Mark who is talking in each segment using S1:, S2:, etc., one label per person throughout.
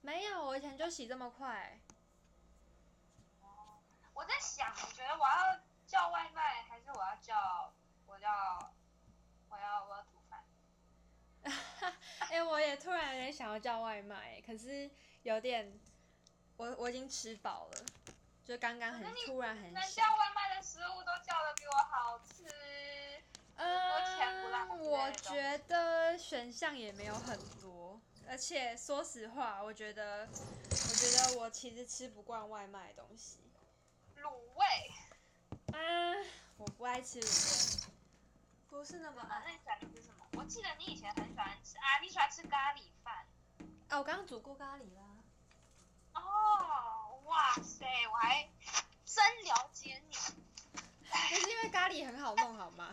S1: 没有，我以前就洗这么快。
S2: 哦我在想，你觉得我要叫外卖，还是我要叫我要我要我要煮饭？
S1: 哎、我也突然有点想要叫外卖，可是有点，我我已经吃饱了，就刚刚很
S2: 可是你
S1: 突然很
S2: 能
S1: 想。
S2: 叫外卖的食物都叫的比我好吃。多钱不浪费
S1: 嗯，我
S2: 那种
S1: 觉得选项也没有很多，而且说实话，我觉得，我觉得我其实吃不惯外卖的东西。
S2: 卤味，
S1: 啊，我不爱吃卤味，不是那么
S2: 啊，那你喜欢吃什么？我记得你以前很喜欢吃啊，你喜欢吃咖喱饭。
S1: 啊，我刚刚煮过咖喱啦。
S2: 哦，哇塞，我还真了解你。
S1: 不是因为咖喱很好弄好吗？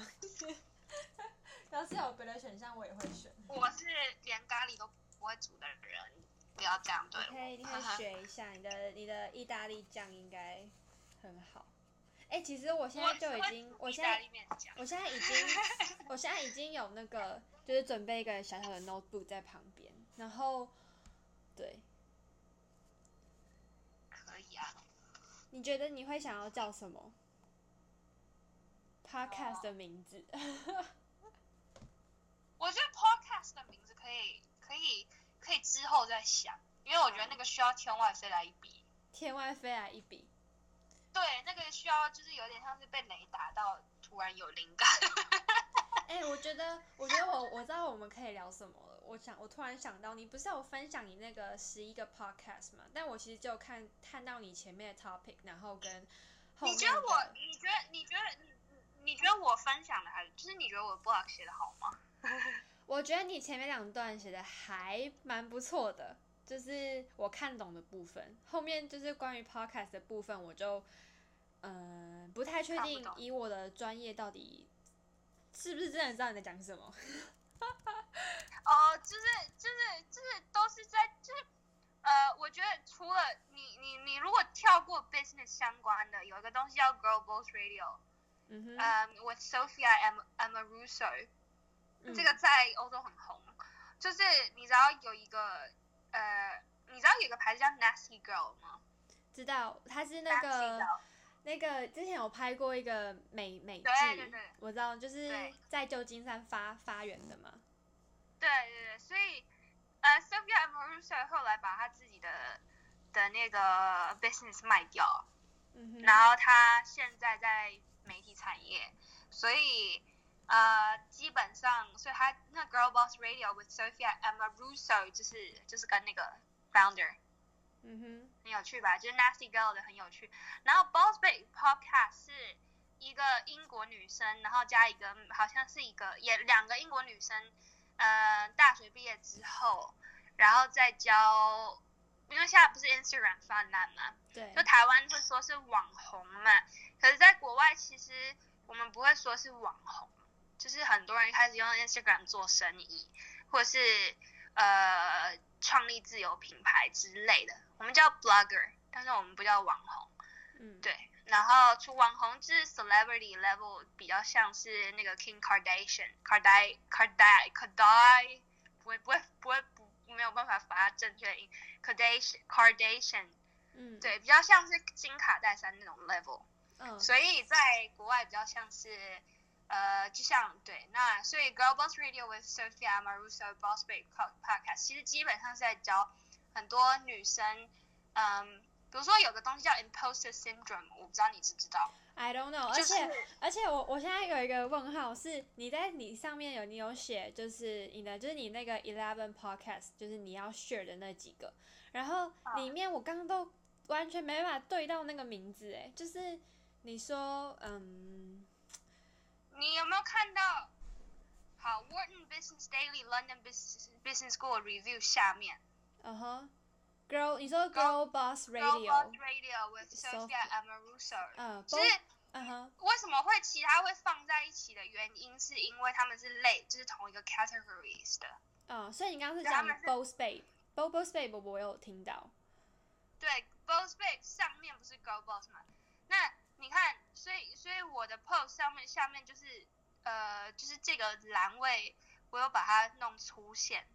S1: 要是有别的选项，我也会选。
S2: 我是连咖喱都不会煮的人，不要这样对我。
S1: 可 以，你可以学一下你的你的意大利酱应该很好。哎、其实我现在就已经，我
S2: 我
S1: 现在
S2: 意大利面讲，
S1: 我现在已 经，我现在已经有那个，就是准备一个小小的 notebook 在旁边，然后，对，
S2: 可以啊。
S1: 你觉得你会想要叫什么？podcast 的名字？
S2: 我觉得 podcast 的名字可以可以可以之后再想，因为我觉得那个需要天外飞来一笔。
S1: 天外飞来一笔。
S2: 对，那个需要就是有点像是被雷打到，突然有灵 感。
S1: 哎、我觉得，我觉得我我知道我们可以聊什么了。我想，我突然想到，你不是有分享你那个十一个 podcast 吗？但我其实就看看到你前面的 topic，然后跟后
S2: 你
S1: 面的。
S2: 觉得我？你觉得你觉得你你觉得我分享的还就是你觉得我 blog 写的好吗？
S1: 我觉得你前面两段写的还蛮不错的，就是我看懂的部分。后面就是关于 podcast 的部分，我就嗯、呃不太确定
S2: 看不懂，
S1: 以我的专业到底是不是真的知道你在讲什么。
S2: 哦，就是就是就是都是在就是呃，我觉得除了你你你如果跳过 business 相关的，有一个东西叫 Girl Boss Radio，
S1: 嗯哼，
S2: 嗯、我 Sophia Am Amoruso，
S1: 嗯
S2: 这个在欧洲很红，就是你知道有一个呃，你知道有一个牌子叫 Nasty Girl 吗？
S1: 知道他是那
S2: Nasty
S1: 个
S2: Girl
S1: 那个之前有拍过一个美美剧
S2: 对对对，
S1: 我知道，就是
S2: 对
S1: 在旧金山发发源的嘛。
S2: 对对对，所以呃，Sophia Amoruso 后来把她自己的的那个 business 卖掉，
S1: 嗯哼，
S2: 然后她现在在媒体产业，所以呃，基本上，所以她那 Girl Boss Radio with Sophia Amoruso 就是就是跟那个 founder
S1: 嗯
S2: 很有趣吧，就是 Nasty Girl 的很有趣。然后 Boss Babe Podcast 是一个英国女生，然后加一个嗯好像是一个也两个英国女生，呃，大学毕业之后，然后再教，因为现在不是 Instagram 泛滥嘛，
S1: 哼，对
S2: 就，台湾会说是网红嘛，可是在国外其实我们不会说是网红，就是很多人开始用 Instagram 做生意，或是呃创立自有品牌之类的，我们叫 blogger，但是我们不叫网红。
S1: 嗯，
S2: 对，然后除网红就是 celebrity level 比较像是那个 Kim Kardashian、Kardai、Kardai、Kardai，不会不会不会不没有办法发正确的音，Kardashian、Kardashian。
S1: 嗯，，
S2: 对，比较像是金卡戴珊那种 level，
S1: 嗯，
S2: 所以在国外比较像是，呃，就像对，那所以 Girl Boss Radio with Sophia Maruso Boss Babe Co- Podcast 其实基本上是在教很多女生，嗯，比如说有个东西叫 Imposter Syndrome，我不知道你知不知道，
S1: I don't know，而
S2: 就是
S1: 且而且我我现在有一个问号是，你在你上面有你有写，就是你的就是你那个 Eleven Podcast，就是你要 share 的那几个，然后
S2: 啊
S1: 里面我刚刚都完全没办法对到那个名字，哎，就是你说嗯，
S2: 你有没有看到？好，Wharton Business Daily London Business Business School Review 下面
S1: 嗯哼，Girl，你说 Girl Boss
S2: Girl Boss
S1: Radio，
S2: Radio with Sophia Amoruso，
S1: 嗯
S2: 就
S1: ，Boss，
S2: 是
S1: 嗯哼，
S2: 为什么会其他会放在一起的原因，是因为他们是类，就是同一个 categories 的。
S1: 嗯，所以你刚刚是
S2: 对他
S1: 讲
S2: 们是
S1: Boss Babe，Boss Babe 我有听到，
S2: 对，Boss Babe 上面不是 Girl Boss 吗？那你看，所以所以我的 post 上面下面就是呃，就是这个栏位，我有把它弄粗线，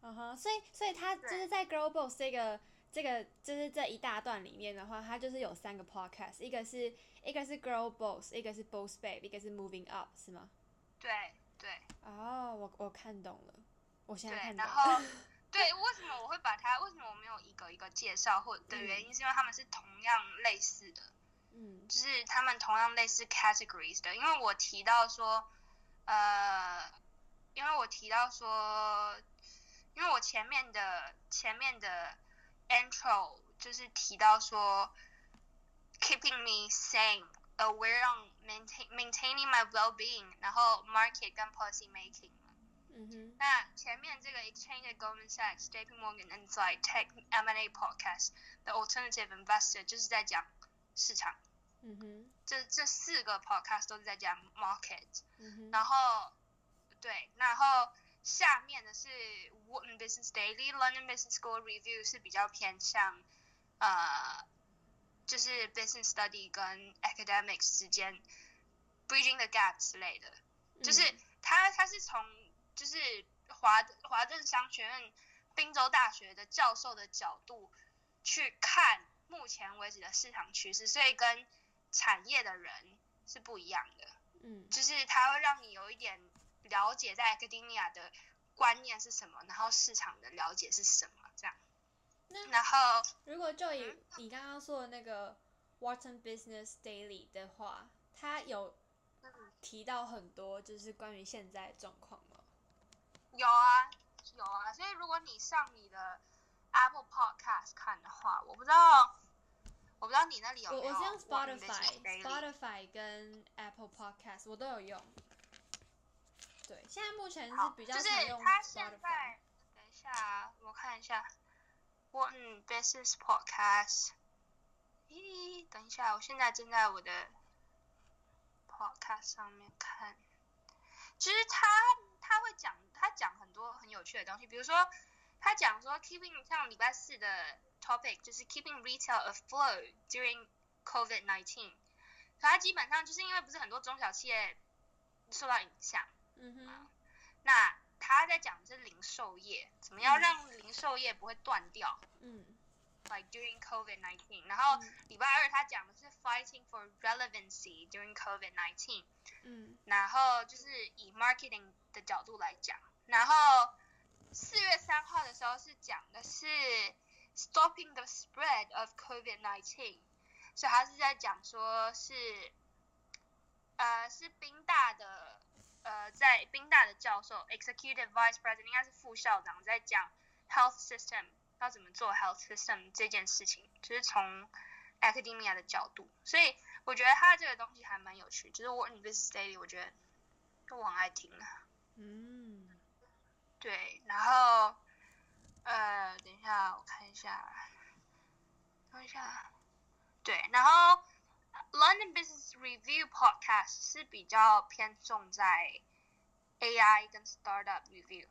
S1: 嗯哼，所以所以他就是在 Girl Boss 这个这个就是这一大段里面的话，他就是有三个 podcast，一个是一个是 Girl Boss，一个是 Boss Babe，一个是 Moving Up，是吗？
S2: 对对
S1: 哦，我我看懂了，我现在
S2: 对，
S1: 看
S2: 然
S1: 懂
S2: 后
S1: 了。
S2: 对，为什么我会把它？为什么我没有一个一个介绍或的原因，是因为他们是同样类似的，
S1: 嗯
S2: 就是他们同样类似 categories 的，因为我提到说，呃，因为我提到说，因为我前面的前面的 intro 就是提到说，keeping me sane, aware on maintain maintaining my well being，然后 market 跟 policy making 嘛。
S1: 嗯哼，
S2: 那前面这个 Exchange at Goldman Sachs、JP Morgan and z i g Tech M&A Podcast 的 Alternative Investor 就是在讲市场。
S1: 嗯哼，
S2: 这这四个 podcast 都是在讲 market，
S1: 嗯哼，
S2: 然后对，然后下面的是 Wharton Business Daily、London Business School Review 是比较偏向呃，就是 business study 跟 academics 之间 bridging the gap 之类的，就是
S1: 嗯
S2: 他他是从就是华华政商学院宾州大学的教授的角度去看目前为止的市场趋势，所以跟产业的人是不一样的，
S1: 嗯
S2: 就是他会让你有一点了解在 academia 的观念是什么，然后市场的了解是什么这样
S1: 那。
S2: 然后
S1: 如果就
S2: 啊
S1: 以你刚刚说的那个 Wharton Business Daily 的话，它有
S2: 嗯
S1: 提到很多就是关于现在的状况吗？
S2: 有啊，有啊。所以如果你上你的 Apple Podcast 看的话，我不知道，我不知道你那里有
S1: 我
S2: 没
S1: 我
S2: 有
S1: 是用
S2: Warren Business
S1: Spotify、
S2: Daily
S1: Spotify 跟 Apple Podcast 我都有用。对，现在目前是
S2: 好
S1: 比较
S2: 就是
S1: 常用
S2: 他现
S1: Spotify。
S2: 在，等一下啊，我看一下，Warren Business Podcast。咦，等一下，我现在正在我的 Podcast 上面看。其实他他会讲，他讲很多很有趣的东西，比如说他讲说 keeping 像礼拜四的 topic 就是 keeping retail afloat during COVID nineteen，可他基本上就是因为不是很多中小企业受到影响。
S1: 嗯哼，
S2: 那他在讲的是零售业，怎么样
S1: 嗯
S2: 让零售业不会断掉
S1: 嗯
S2: ，like during COVID nineteen。然后
S1: 嗯
S2: 礼拜二他讲的是 fighting for relevancy during COVID nineteen，
S1: 嗯
S2: 然后就是以 marketing 的角度来讲，然后四月三号的时候是讲的是 stopping the spread of COVID nineteen，所以他是在讲说是呃是宾大的呃在宾大的教授 executive vice president 应该是副校长在讲 health system 要怎么做 health system 这件事情，就是从 academia 的角度，所以我觉得他这个东西还蛮有趣，就是我 in this daily 我觉得就我很爱听啊。
S1: 嗯，
S2: 对，然后呃，等一下，我看一下，看一下，对，然后呃 London Business Review Podcast 是比较偏重在 AI 跟 startup review，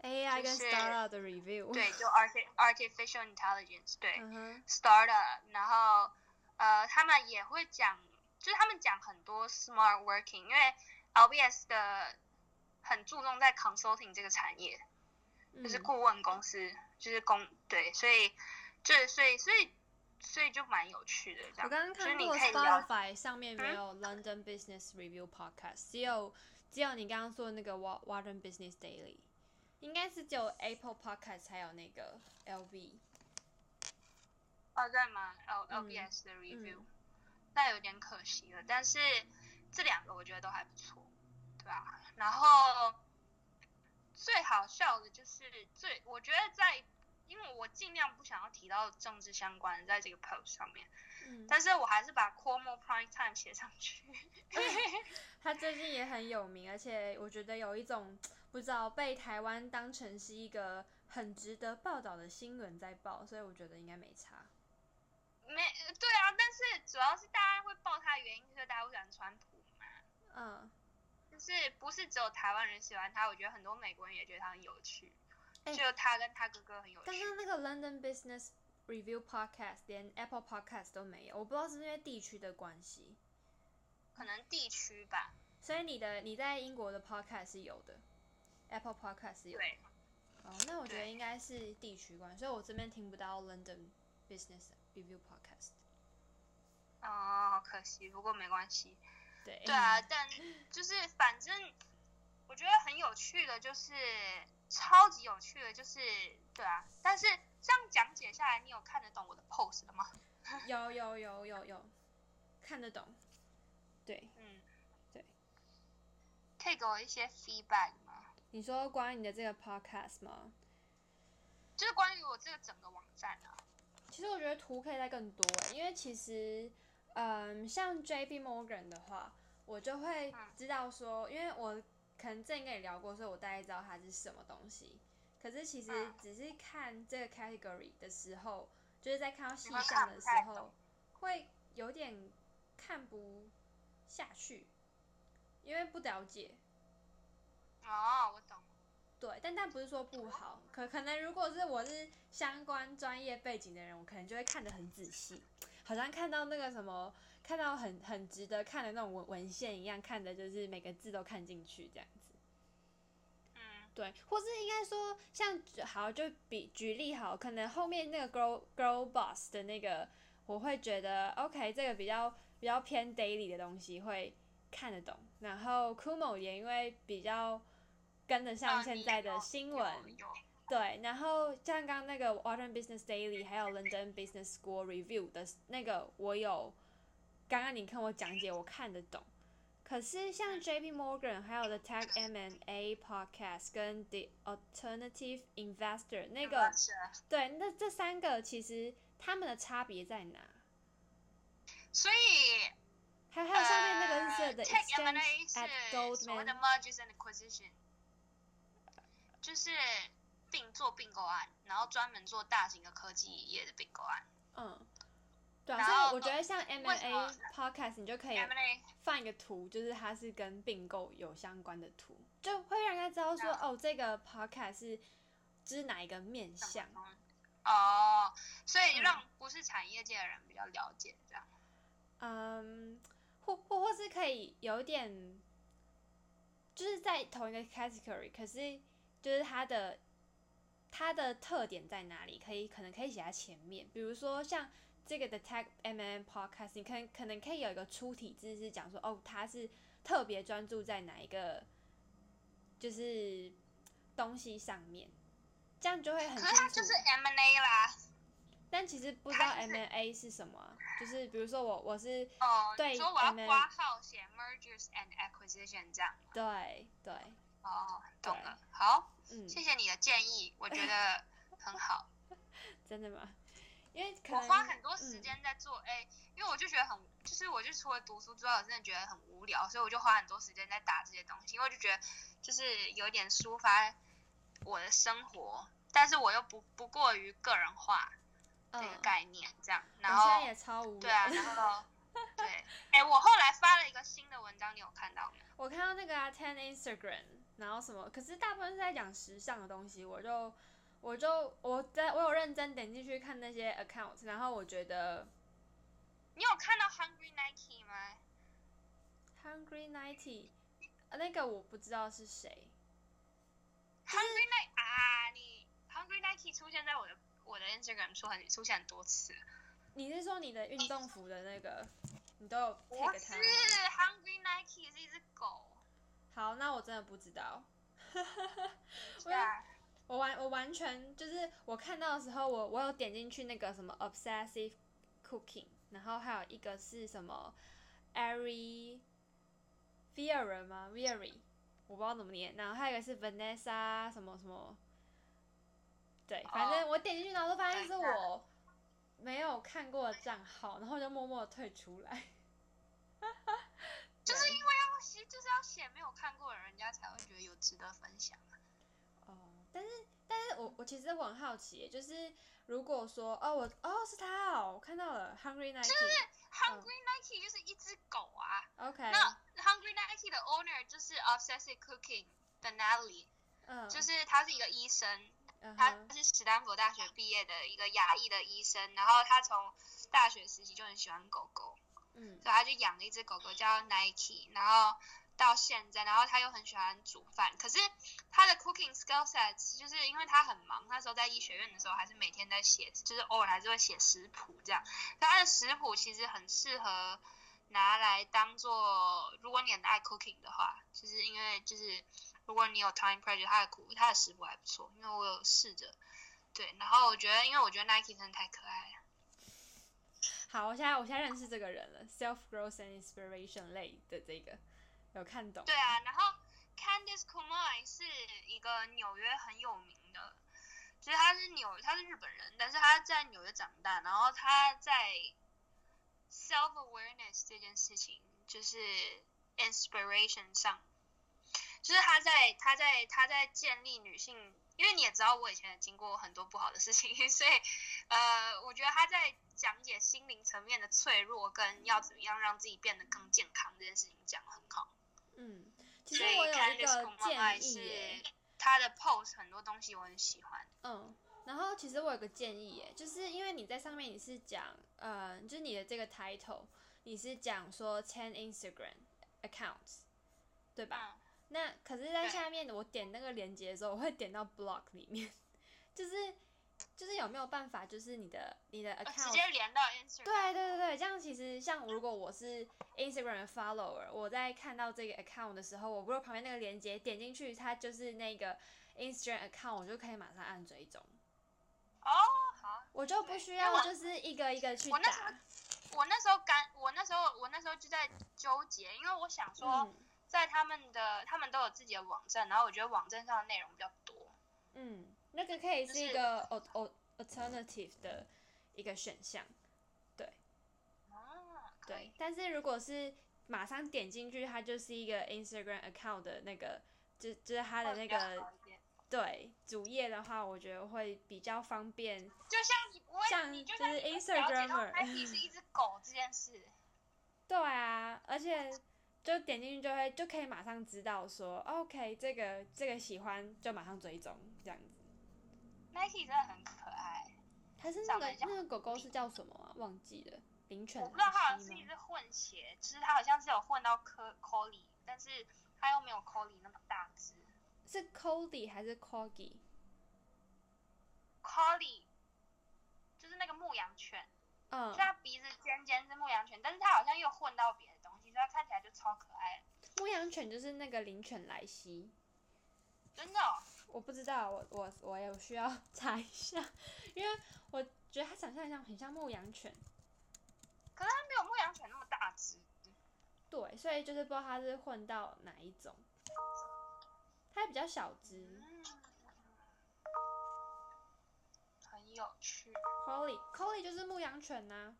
S1: AI 跟
S2: 就是
S1: Startup 的 review，
S2: 对，就 arti artificial intelligence，对，
S1: 嗯哼，
S2: startup，然后呃，他们也会讲，就是他们讲很多 smart working，因为 LBS 的很注重在 consulting 这个产业，就是
S1: 嗯
S2: 顾问公司，就是公对，所以就是所以所以所以就蛮有趣的这样。
S1: 我刚刚
S2: 就是
S1: 看
S2: 你
S1: 过
S2: 可以嗯聊，
S1: Spotify 上面没有 London Business Review Podcast，只有只有你刚刚说的那个 Wa- Warren Business Daily，应该是只有 Apple Podcast 才有那个 LV。
S2: 哦，对吗？L
S1: 嗯
S2: LBS 的 review，、
S1: 嗯
S2: 那有点可惜了。但是这两个我觉得都还不错，对吧？然后最好笑的就是最，我觉得在，因为我尽量不想要提到政治相关的在这个 post 上面，
S1: 嗯，
S2: 但是我还是把 Cuomo Prime Time 写上去。
S1: 他最近也很有名，而且我觉得有一种不知道被台湾当成是一个很值得报道的新闻在报，所以我觉得应该没差。
S2: 没对啊，但是主要是大家会爆他的原因，就是大家会喜欢川普嘛，
S1: 嗯，
S2: 就是不是只有台湾人喜欢他，我觉得很多美国人也觉得他很有趣，
S1: 哎
S2: 就他跟他哥哥很有趣。
S1: 刚刚那个 London Business Review Podcast 连 Apple Podcast 都没有，我不知道是不是因为地区的关系。
S2: 可能地区吧。
S1: 所以你的你在英国的 podcast 是有的，Apple podcast 是有的。
S2: 对，
S1: 哦，那我觉得
S2: 对
S1: 应该是地区关，所以我这边听不到 London Business Review Podcast。
S2: 哦，可惜，不过没关系。
S1: 哎对，
S2: 对啊，但就是反正我觉得很有趣的，就是超级有趣的，就是对啊。但是这样讲解下来，你有看得懂我的 post 了吗？
S1: 哎有有有有有，看得懂。对，
S2: 嗯，
S1: 对。
S2: 可以给我一些 feedback 吗？
S1: 你说关于你的这个 podcast 吗？
S2: 就是关于我这个整个网站啊。
S1: 其实我觉得图可以再更多欸，因为其实，嗯，像 J P Morgan 的话，我就会
S2: 嗯
S1: 知道说，因为我可能之前跟你聊过，所以我大概知道它是什么东西。可是其实
S2: 嗯
S1: 只是看这个 category 的时候，就是在看到细
S2: 你会
S1: 项
S2: 看
S1: 的
S2: 不
S1: 时
S2: 太
S1: 候
S2: 懂，
S1: 会有点看不下去，因为不了解。
S2: 哦，我懂。
S1: 对，但但不是说不好，可可能如果是我是相关专业背景的人，我可能就会看得很仔细，好像看到那个什么，看到很很值得看的那种文文献一样，看的就是每个字都看进去这样子。
S2: 嗯
S1: 对，或是应该说像好就比举例好，可能后面那个 girl girl boss 的那个，我会觉得 OK，这个比较比较偏 daily 的东西会看得懂。然后 Kumo 也因为比较跟得上
S2: 啊
S1: 现
S2: 你
S1: 在的
S2: 有
S1: 新
S2: 有
S1: 闻，
S2: 有
S1: 对，然后像刚刚那个 Autumn Business Daily，还有 London Business School Review 的那个，我有刚刚你跟我讲解，我看得懂。可是
S2: 嗯
S1: 像 J P Morgan 还有 The Tech M and A Podcast 跟 The Alternative Investor 那
S2: 有
S1: 个，
S2: 是
S1: 对，那这三个其实他们的差别在哪？
S2: 所以
S1: 还有还有上面那个是
S2: 呃
S1: 写的
S2: Tech M&A
S1: Exchange at
S2: 是所谓的
S1: Goldman，
S2: mergers and acquisition，就是并做并购案，然后专门做大型的科技业的并购案。
S1: 嗯，对啊，
S2: 然
S1: 所以
S2: 后
S1: 我觉得像 M
S2: 为
S1: and
S2: 什么
S1: A Podcast 你就可以
S2: M&A
S1: 放一个图，就是它是跟并购有相关的图，就会让大家知道说，
S2: 了
S1: 哦，这个 podcast 是指哪一个面
S2: 什
S1: 向。
S2: 么东西哦，所以
S1: 嗯
S2: 让不是产业界的人比较了解这样。
S1: 嗯，或或或是可以有点，就是在同一个 category，可是就是它的它的特点在哪里？可以可能可以写在前面，比如说像这个的 tag M M podcast，你可能可能可以有一个出体字是讲说，哦，它是特别专注在哪一个就是东西上面，这样就会很
S2: 可
S1: 清
S2: 是它就
S1: 楚
S2: 是。M&A 啦，
S1: 但其实不知道
S2: 它就
S1: M
S2: 是
S1: A 是什么啊、就是比如说我我是
S2: 哦，
S1: 对
S2: 你说我要
S1: M&A
S2: 挂号写 mergers and acquisition 这样。
S1: 对对，
S2: 哦，懂
S1: 对
S2: 了，好，
S1: 嗯，
S2: 谢谢你的建议，我觉得很好。
S1: 真的吗？因为可
S2: 我
S1: 能
S2: 花很多时
S1: 嗯
S2: 间在做哎、因为我就觉得很，就是我就除了读书之外，我真的觉得很无聊，所以我就花很多时间在打这些东西，因为我就觉得就是有点抒发我的生活，但是我又不不过于个人化这个
S1: 嗯
S2: 概念这样，然
S1: 我现
S2: 后
S1: 在也超无
S2: 对
S1: 聊。
S2: 啊，然 后对，哎、我后来发了一个新的文章，你有看到没？
S1: 我看到那个啊，Ten Instagram，然后什么，可是大部分是在讲时尚的东西，我就我就我在我有认真点进去看那些 account，然后我觉得
S2: 你有看到 Hungry Nike 吗？
S1: Hungry Ninety 那个我不知道是谁，
S2: Hungry Nike 啊，你 Hungry Nike 出现在我的我的 Instagram 出很出现很多次，
S1: 你是说你的运动服的那个，你都有
S2: 不
S1: tag
S2: 是
S1: 他？
S2: Hungry Nike 是一只狗，
S1: 好，那我真的不知道。
S2: 对啊，
S1: 我完我完全就是我看到的时候，我我有点进去那个什么 obsessive cooking，然后还有一个是什么 Ari Viera 吗？Vieri，我不知道怎么念。然后还有一个是 Vanessa 什么什么，对，反正我点进去，然后就发现是
S2: 等一下
S1: 我没有看过的账号，然后我就默默的退出来。
S2: 就是因为要写，就是要写没有看过的人家才会觉得有值得分享。
S1: 哦，但是但是我我其实我很好奇耶，就是如果说哦我哦是他哦，我看到了 Hungry Night。
S2: Hungry Nike 就是一只狗啊
S1: OK，
S2: 那 Hungry Nike 的 owner 就是 Obsessive Cooking 的 Natalie，
S1: 嗯，
S2: 就是他是一个医生，
S1: 嗯
S2: 他
S1: 哼
S2: 是史丹佛大学毕业的一个亚裔的医生，然后他从大学时期就很喜欢狗狗，
S1: 嗯
S2: 所以他就养了一只狗狗叫 Nike，然后到现在，然后他又很喜欢煮饭，可是他的 cooking skill set 就是因为他很忙，那时候在医学院的时候还是每天在写，就是偶尔还是会写食谱这样。但他的食谱其实很适合拿来当做，如果你很爱 cooking 的话，就是因为就是如果你有 time pressure，他的苦他的食谱还不错，因为我有试着。对，然后我觉得，因为我觉得 Nike 真的太可爱了。
S1: 好，我现在我现在认识这个人了，self growth and inspiration 类的这个有看懂。
S2: 对啊，然后 Candice Kumai 是一个纽约很有名的，就是他是纽，他是日本人，但是他在纽约长大，然后他在 self awareness 这件事情，就是 inspiration 上，就是他在他在他在建立女性。因为你也知道，我以前也经过很多不好的事情， 所以，呃，我觉得他在讲解心灵层面的脆弱跟要怎么样让自己变得更健康这件事情讲得很好。
S1: 嗯，其实
S2: 所以
S1: 我有一
S2: Candice
S1: 个
S2: Kumai
S1: 建议耶
S2: 是，他的 pose 很多东西我很喜欢。
S1: 嗯，然后其实我有个建议耶，就是因为你在上面你是讲，呃，就是你的这个 title，你是讲说 ten Instagram accounts，对吧？
S2: 嗯，
S1: 那可是，在
S2: 对
S1: 下面我点那个链接的时候，我会点到 blog 里面， 就是就是有没有办法，就是你的你的
S2: 呃
S1: account
S2: 直接连到 Instagram。
S1: 对啊对对对，这样其实像如果我是 Instagram 的 follower，我在看到这个 account 的时候，我如果旁边那个链接点进去，它就是那个 Instagram account，我就可以马上按追踪，
S2: 哦，好。
S1: 我就不需要就是一个一个去
S2: 我那时候
S1: 打。
S2: 我那时候干，我那时候我那时候就在纠结，因为我想说，
S1: 嗯
S2: 在他们的他们都有自己的网站，然后我觉得网站上的内容比较多。
S1: 嗯，那个可以
S2: 就是
S1: 一个 al- al- alternative 的一个选项，
S2: 啊，可以
S1: 对。但是如果是马上点进去，它就是一个 Instagram account 的那个，就就是它的
S2: 会
S1: 那
S2: 哦比较好
S1: 个
S2: 一点
S1: 对主页的话，我觉得会比较方便
S2: 就像你不会，
S1: 像
S2: 你就
S1: 就
S2: 像你
S1: 是
S2: 不了解到
S1: Instagrammer
S2: Nike 是一只狗这件事。
S1: 对啊，而且就点进去就会就可以马上知道说，OK，这个这个喜欢就马上追踪这样子。
S2: Nike 真的很可爱，
S1: 还是那
S2: 长
S1: 个
S2: 得像
S1: 那个狗狗是叫什么啊？忘记了，灵犬
S2: 我不知道它好
S1: 还
S2: 像
S1: 是
S2: 是
S1: 西
S2: 一
S1: 吗？
S2: 只混血，就是它好像是有混到科 Collie，但是它又没有 Collie 那么大只。
S1: 是 Cody 还是 Corgi？
S2: Collie 就是那个牧羊犬，
S1: 嗯
S2: 就，它鼻子尖尖是牧羊犬，但是它好像又混到别的东西，所以它看起来就超可爱的。
S1: 牧羊犬就是那个灵犬莱西。
S2: 真的、哦，
S1: 我不知道，我我我有需要 查一下，因为我觉得它长相像很像牧羊犬，
S2: 可是它没有牧羊犬那么大只。
S1: 对，所以就是不知道它是混到哪一种。它比较小只。
S2: 嗯，很有趣。
S1: Collie Collie 就是牧羊犬呐、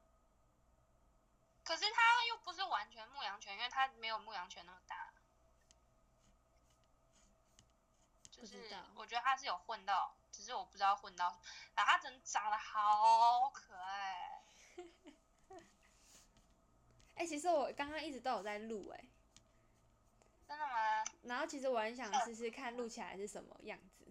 S2: 可是它又不是完全牧羊犬，因为它没有牧羊犬那么大。就
S1: 不知
S2: 是
S1: 道
S2: 我觉得它是有混到，只是我不知道混到什么。然后它真的长得好可爱，
S1: 哎、其实我刚刚一直都有在录哎、
S2: 真的吗？
S1: 然后其实我很想试试看录起来是什么样子。